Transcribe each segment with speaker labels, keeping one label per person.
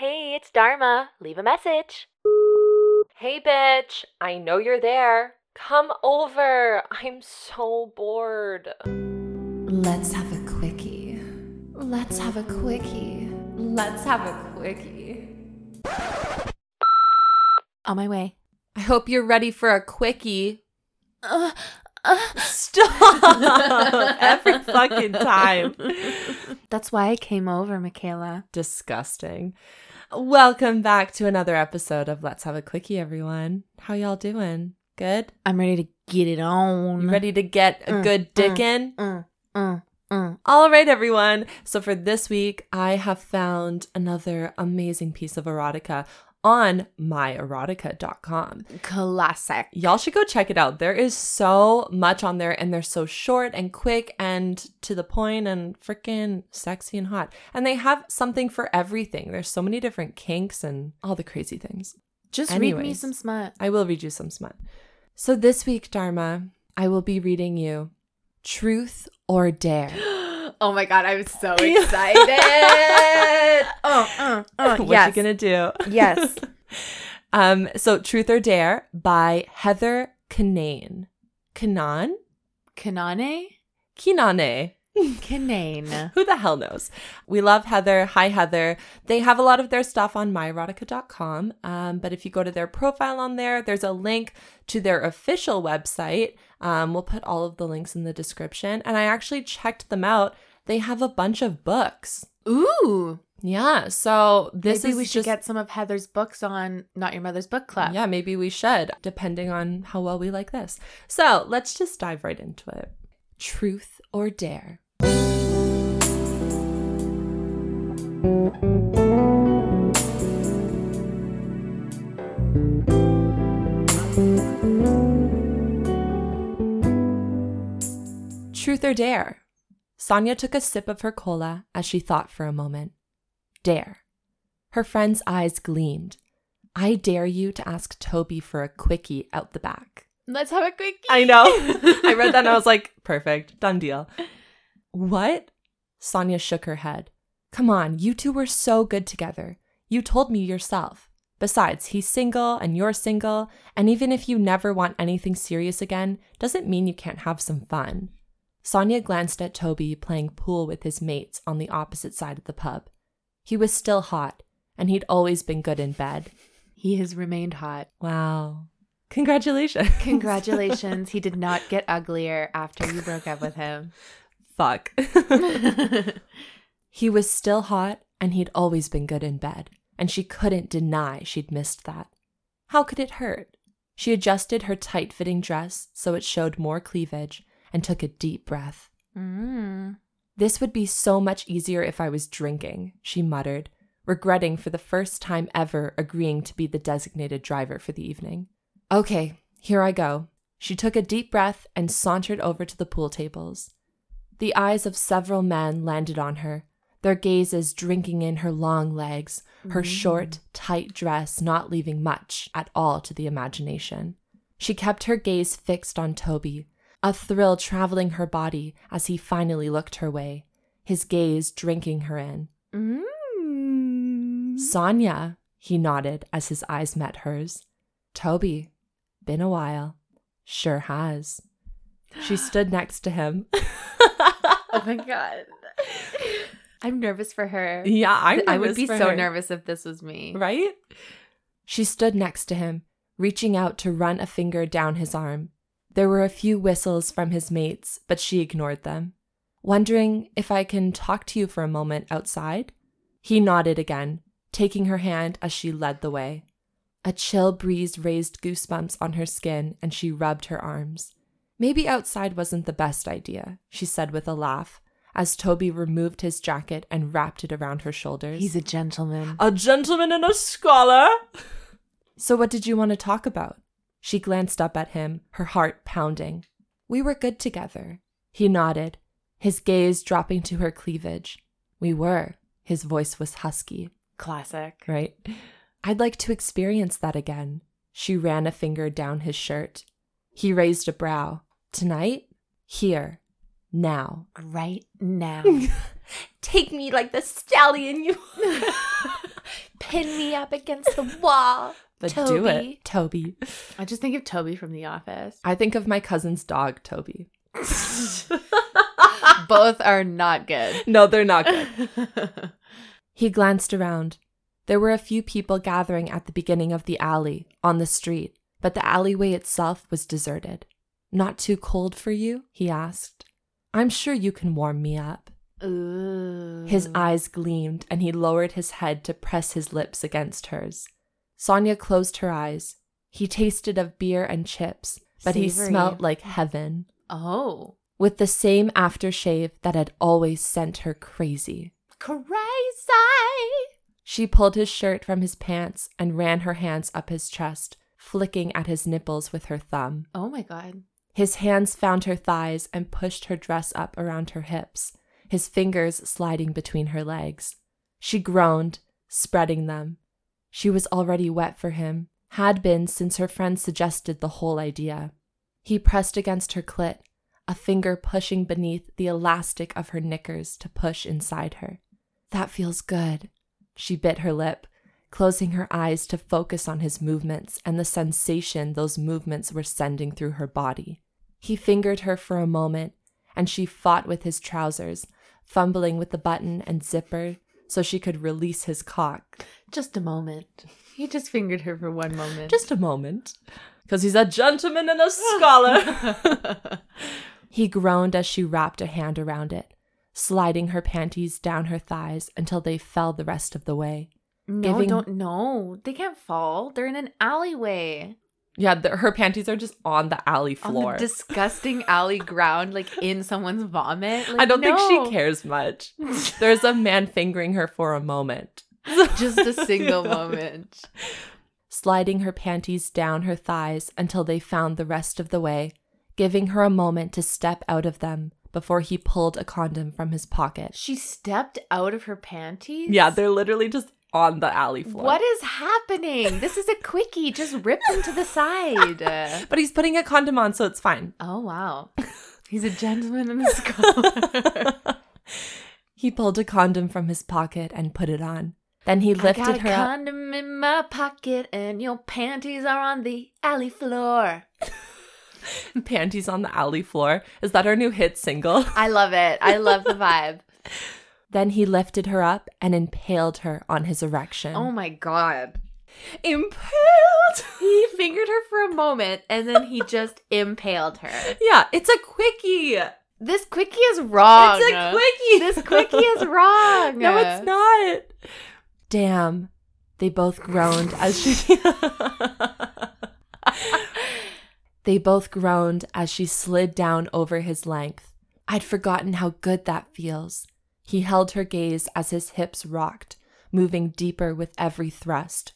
Speaker 1: it's Dharma. Leave a message. Hey, bitch. I know you're there. Come over. I'm so bored.
Speaker 2: Let's have a quickie. Let's have a quickie. Let's have a quickie.
Speaker 3: On my way.
Speaker 2: I hope you're ready for a quickie.
Speaker 3: Uh, uh.
Speaker 2: Stop! Every fucking time.
Speaker 3: That's why I came over, Michaela.
Speaker 2: Disgusting. Welcome back to another episode of Let's Have a Quickie, everyone. How y'all doing? Good?
Speaker 3: I'm ready to get it on.
Speaker 2: You ready to get a
Speaker 3: Mm,
Speaker 2: good dick
Speaker 3: mm.
Speaker 2: in?
Speaker 3: Mm, mm, mm.
Speaker 2: All right, everyone. So for this week, I have found another amazing piece of erotica on myerotica.com.
Speaker 3: Classic.
Speaker 2: Y'all should go check it out. There is so much on there, and they're so short and quick and to the point and freaking sexy and hot. And they have something for everything. There's so many different kinks and all the crazy things.
Speaker 3: Just read me
Speaker 2: Anyways.
Speaker 3: some smut.
Speaker 2: I will read you some smut. So this week, Dharma, I will be reading you Truth or Dare.
Speaker 3: Oh my god, I'm so
Speaker 2: Ew.
Speaker 3: excited. oh, uh, uh,
Speaker 2: what
Speaker 3: yes.
Speaker 2: you gonna do?
Speaker 3: yes.
Speaker 2: Um, so Truth or Dare by Heather Kanane. Kanan?
Speaker 3: Kanane?
Speaker 2: Kinane.
Speaker 3: Kanane.
Speaker 2: Who the hell knows? We love Heather. Hi, Heather. They have a lot of their stuff on myerotica.com. Um, but if you go to their profile on there, there's a link to their official website. Um, we'll put all of the links in the description. And I actually checked them out. They have a bunch of books.
Speaker 3: Ooh.
Speaker 2: Yeah. So this
Speaker 3: Maybe
Speaker 2: is
Speaker 3: we should
Speaker 2: just-
Speaker 3: get some of Heather's books on Not Your Mother's Book Club.
Speaker 2: Yeah, maybe we should, depending on how well we like this. So let's just dive right into it. Truth or dare? Truth or dare? Sonia took a sip of her cola as she thought for a moment. Dare. Her friend's eyes gleamed. I dare you to ask Toby for a quickie out the back.
Speaker 3: Let's have a quickie.
Speaker 2: I know. I read that and I was like, perfect, done deal. What? Sonia shook her head. Come on, you two were so good together. You told me yourself. Besides, he's single and you're single, and even if you never want anything serious again, doesn't mean you can't have some fun. Sonia glanced at Toby playing pool with his mates on the opposite side of the pub. He was still hot, and he'd always been good in bed.
Speaker 3: He has remained hot.
Speaker 2: Wow. Congratulations.
Speaker 3: Congratulations. he did not get uglier after you broke up with him.
Speaker 2: Fuck. he was still hot and he'd always been good in bed, and she couldn't deny she'd missed that. How could it hurt? She adjusted her tight fitting dress so it showed more cleavage and took a deep breath.
Speaker 3: Mm.
Speaker 2: This would be so much easier if I was drinking, she muttered, regretting for the first time ever agreeing to be the designated driver for the evening. Okay, here I go. She took a deep breath and sauntered over to the pool tables. The eyes of several men landed on her, their gazes drinking in her long legs, her short, tight dress not leaving much at all to the imagination. She kept her gaze fixed on Toby, a thrill traveling her body as he finally looked her way, his gaze drinking her in.
Speaker 3: Mm.
Speaker 2: Sonia, he nodded as his eyes met hers. Toby, been a while. Sure has. She stood next to him.
Speaker 3: Oh my god. I'm nervous for her.
Speaker 2: yeah,
Speaker 3: I,
Speaker 2: I'm
Speaker 3: would be
Speaker 2: for
Speaker 3: so
Speaker 2: her.
Speaker 3: nervous if this was me.
Speaker 2: Right? She stood next to him, reaching out to run a finger down his arm. There were a few whistles from his mates, but she ignored them. Wondering if I can talk to you for a moment outside? He nodded again, taking her hand as she led the way. A chill breeze raised goosebumps on her skin and she rubbed her arms. Maybe outside wasn't the best idea, she said with a laugh, as Toby removed his jacket and wrapped it around her shoulders.
Speaker 3: He's a gentleman.
Speaker 2: A gentleman and a scholar. So, what did you want to talk about? She glanced up at him, her heart pounding. We were good together. He nodded, his gaze dropping to her cleavage. We were. His voice was husky,
Speaker 3: Classic.
Speaker 2: right? I'd like to experience that again. She ran a finger down his shirt. He raised a brow. Tonight? Here. Now.
Speaker 3: Right now.
Speaker 2: Take me like the stallion you.
Speaker 3: pin me up against the wall.
Speaker 2: But do
Speaker 3: Toby.
Speaker 2: it, Toby.
Speaker 3: I just think of Toby from The Office.
Speaker 2: I think of my cousin's dog, Toby. Ah.
Speaker 3: Both are not good.
Speaker 2: No, they're not good. He glanced around. There were a few people gathering at the beginning of the alley, on the street, but the alleyway itself was deserted. Not too cold for you? he asked. I'm sure you can warm me up.
Speaker 3: Ooh.
Speaker 2: His eyes gleamed, and he lowered his head to press his lips against hers. Sonia closed her eyes. He tasted of beer and chips, but he
Speaker 3: Savory.
Speaker 2: smelt like heaven,
Speaker 3: Oh.
Speaker 2: with the same aftershave that had always sent her crazy.
Speaker 3: Crazy.
Speaker 2: She pulled his shirt from his pants and ran her hands up his chest, flicking at his nipples with her thumb.
Speaker 3: Oh my god.
Speaker 2: His hands found her thighs and pushed her dress up around her hips, his fingers sliding between her legs. She groaned, spreading them. She was already wet for him, had been since her friend suggested the whole idea. He pressed against her clit, a finger pushing beneath the elastic of her knickers to push inside her. That feels good. She bit her lip, closing her eyes to focus on his movements and the sensation those movements were sending through her body. He fingered her for a moment, and she fought with his trousers, fumbling with the button and zipper so she could release his cock.
Speaker 3: Just a moment. He just fingered her for one moment.
Speaker 2: Just a moment. Because he's a gentleman and a scholar. he groaned as she wrapped a hand around it, sliding her panties down her thighs until they fell the rest of the way.
Speaker 3: no,
Speaker 2: giving-
Speaker 3: don't know. They can't fall. They're in an alleyway.
Speaker 2: Yeah, the, her panties are just on the alley
Speaker 3: On the disgusting alley ground, like in someone's vomit. Like,
Speaker 2: I don't think
Speaker 3: no.
Speaker 2: she cares much. There's a man fingering her for a moment,
Speaker 3: Just a single moment.
Speaker 2: sliding her panties down her thighs until they found the rest of the way, giving her a moment to step out of them before he pulled a condom from his pocket.
Speaker 3: She stepped out of her panties?
Speaker 2: Yeah, they're literally just on the alley floor.
Speaker 3: What is happening? This is a quickie. Just rip them to the side.
Speaker 2: But he's putting a condom on, so it's fine.
Speaker 3: oh, wow. He's a gentleman in a scholar.
Speaker 2: He pulled a condom from his pocket and put it on. Then he
Speaker 3: I got
Speaker 2: lifted
Speaker 3: a
Speaker 2: her up.
Speaker 3: condom in my pocket and your panties are on the alley floor.
Speaker 2: Panties on the alley floor. Is that our new hit single?
Speaker 3: I love it. I love the vibe.
Speaker 2: Then he lifted her up and impaled her on his erection.
Speaker 3: Oh my god.
Speaker 2: impaled.
Speaker 3: He fingered her for a moment and then he just impaled her.
Speaker 2: Yeah, it's a quickie.
Speaker 3: This quickie is wrong.
Speaker 2: it's a quickie.
Speaker 3: This quickie is wrong.
Speaker 2: no, it's not. Damn. They both groaned as she. they both groaned as she slid down over his length. I'd forgotten how good that feels. He held her gaze as his hips rocked, moving deeper with every thrust.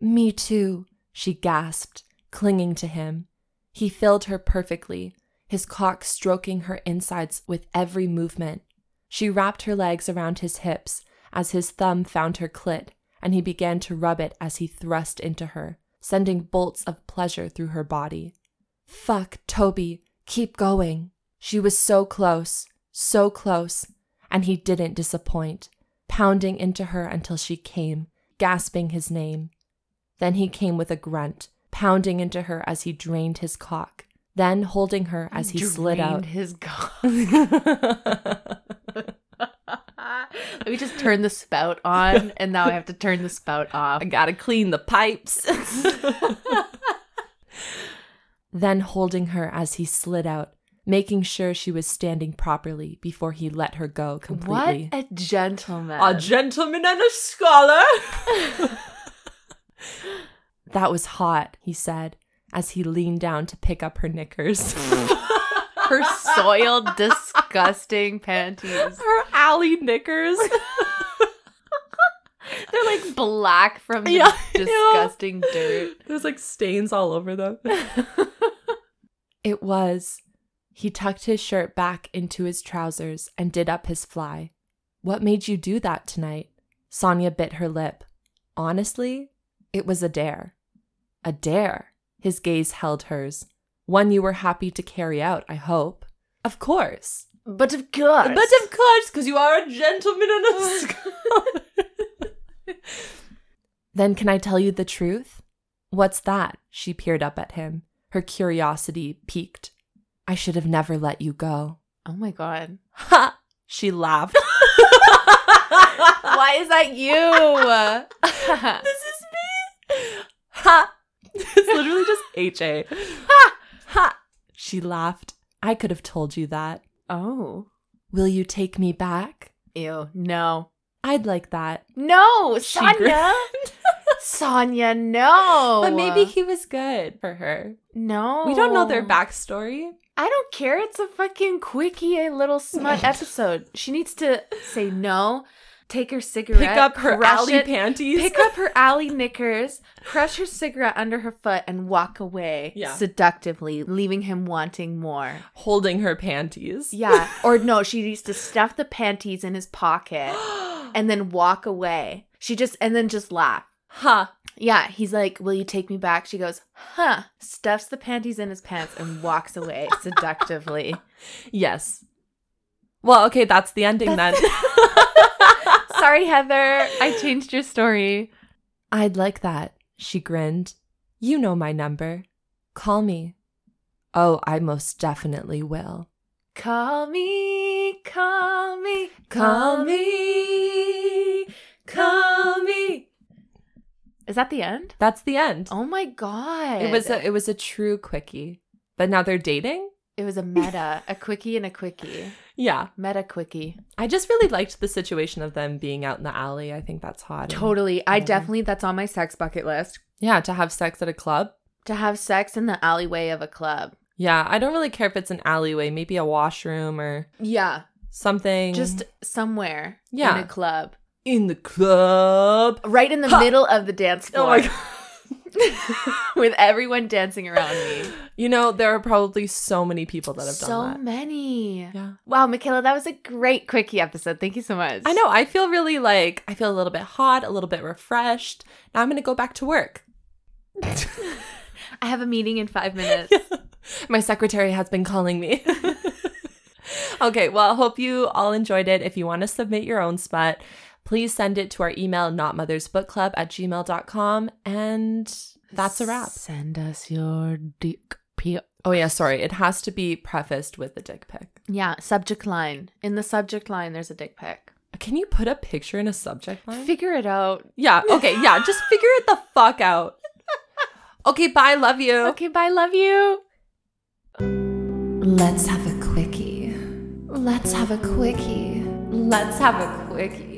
Speaker 2: Me too, she gasped, clinging to him. He filled her perfectly, his cock stroking her insides with every movement. She wrapped her legs around his hips as his thumb found her clit, and he began to rub it as he thrust into her, sending bolts of pleasure through her body. Fuck, Toby, keep going. She was so close, so close, and he didn't disappoint, pounding into her until she came, gasping his name. Then he came with a grunt, pounding into her as he drained his cock, then holding her as he slid out.
Speaker 3: his Let me just turn the spout on, and now I have to turn the spout off.
Speaker 2: I gotta clean the pipes. then holding her as he slid out, making sure she was standing properly before he let her go
Speaker 3: What
Speaker 2: completely.
Speaker 3: a gentleman.
Speaker 2: gentleman and a scholar. that was hot, he said, as he leaned down to pick up her knickers.
Speaker 3: Her soiled, disgusting panties.
Speaker 2: her alley knickers.
Speaker 3: They're like black from the
Speaker 2: Yeah, I know.
Speaker 3: disgusting dirt.
Speaker 2: There's like stains all over them. it was. He tucked his shirt back into his trousers and did up his fly. What made you do that tonight? Sonia bit her lip. Honestly, it was a dare. A dare? His gaze held hers. One you were happy to carry out, I hope. Of course.
Speaker 3: But of course.
Speaker 2: But of course, because you are a gentleman and a scholar. Then can I tell you the truth? What's that? She peered up at him, her curiosity piqued. I should have never let you go.
Speaker 3: Oh my god.
Speaker 2: Ha! She laughed.
Speaker 3: Why is that you?
Speaker 2: This is me. Ha! It's literally just H A. Ha! Ha! She laughed. I could have told you that.
Speaker 3: oh.
Speaker 2: Will you take me back?
Speaker 3: Ew. No.
Speaker 2: I'd like that.
Speaker 3: No,
Speaker 2: She
Speaker 3: Sonia. Sonia, no.
Speaker 2: But maybe he was good for her.
Speaker 3: No.
Speaker 2: We don't know their backstory.
Speaker 3: I don't care. It's a fucking quickie little smut episode. She needs to say no, take her cigarette,
Speaker 2: Pick up her
Speaker 3: crush
Speaker 2: alley
Speaker 3: it,
Speaker 2: panties.
Speaker 3: pick up her alley knickers, crush her cigarette under her foot, and walk away
Speaker 2: Yeah.
Speaker 3: seductively, leaving him wanting more.
Speaker 2: holding her panties.
Speaker 3: Yeah. or no, she needs to stuff the panties in his pocket and then walk away. She just, and then just laugh.
Speaker 2: huh.
Speaker 3: Yeah, he's like, Will you take me back? She goes, Huh, stuffs the panties in his pants and walks away seductively.
Speaker 2: Yes. Well, okay, that's the ending then.
Speaker 3: Sorry, Heather, I changed your story.
Speaker 2: I'd like that, she grinned. You know my number. Call me. Oh, I most definitely will.
Speaker 3: Call me, call me,
Speaker 2: Call
Speaker 3: me, call me. Is that the end?
Speaker 2: That's the end.
Speaker 3: Oh my god.
Speaker 2: it was a it was a true quickie. But now they're dating?
Speaker 3: it was a meta, a quickie and a quickie.
Speaker 2: Yeah.
Speaker 3: Meta quickie.
Speaker 2: I just really liked the situation of them being out in the alley. I think that's hot. and-
Speaker 3: Totally. I
Speaker 2: Mhm.
Speaker 3: definitely that's on my sex bucket list.
Speaker 2: yeah, to have sex at a club.
Speaker 3: To have sex in the alleyway of a club.
Speaker 2: Yeah, I don't really care if it's an alleyway, maybe a washroom or
Speaker 3: Yeah.
Speaker 2: something.
Speaker 3: Just somewhere
Speaker 2: Yeah.
Speaker 3: in a club.
Speaker 2: in the club.
Speaker 3: Right in the
Speaker 2: Ha!
Speaker 3: middle of the dance floor.
Speaker 2: Oh my god.
Speaker 3: with everyone dancing around me.
Speaker 2: You know, there are probably so many people that have done
Speaker 3: so
Speaker 2: that.
Speaker 3: many.
Speaker 2: Yeah.
Speaker 3: Wow, Michaela, that was a great quickie episode. Thank you so much.
Speaker 2: I know. I feel really like I feel a little bit hot, a little bit refreshed. Now I'm going to go back to work.
Speaker 3: I have a meeting in five minutes.
Speaker 2: My secretary has been calling me. okay, well, hope you all enjoyed it. If you want to submit your own spot, please send it to our email, notmothersbookclub at gmail.com. And that's a wrap.
Speaker 3: Send us your dick pic.
Speaker 2: Oh, yeah, sorry. It has to be prefaced with the dick pic.
Speaker 3: Yeah, subject line. In the subject line, there's a dick pic.
Speaker 2: Can you put a picture in a subject line?
Speaker 3: Figure it out.
Speaker 2: yeah, okay, yeah. Just figure it the fuck out. Okay, bye. Love you.
Speaker 3: Okay, bye. Love you.
Speaker 2: Let's have a quickie. Let's have a quickie. Let's have a quickie.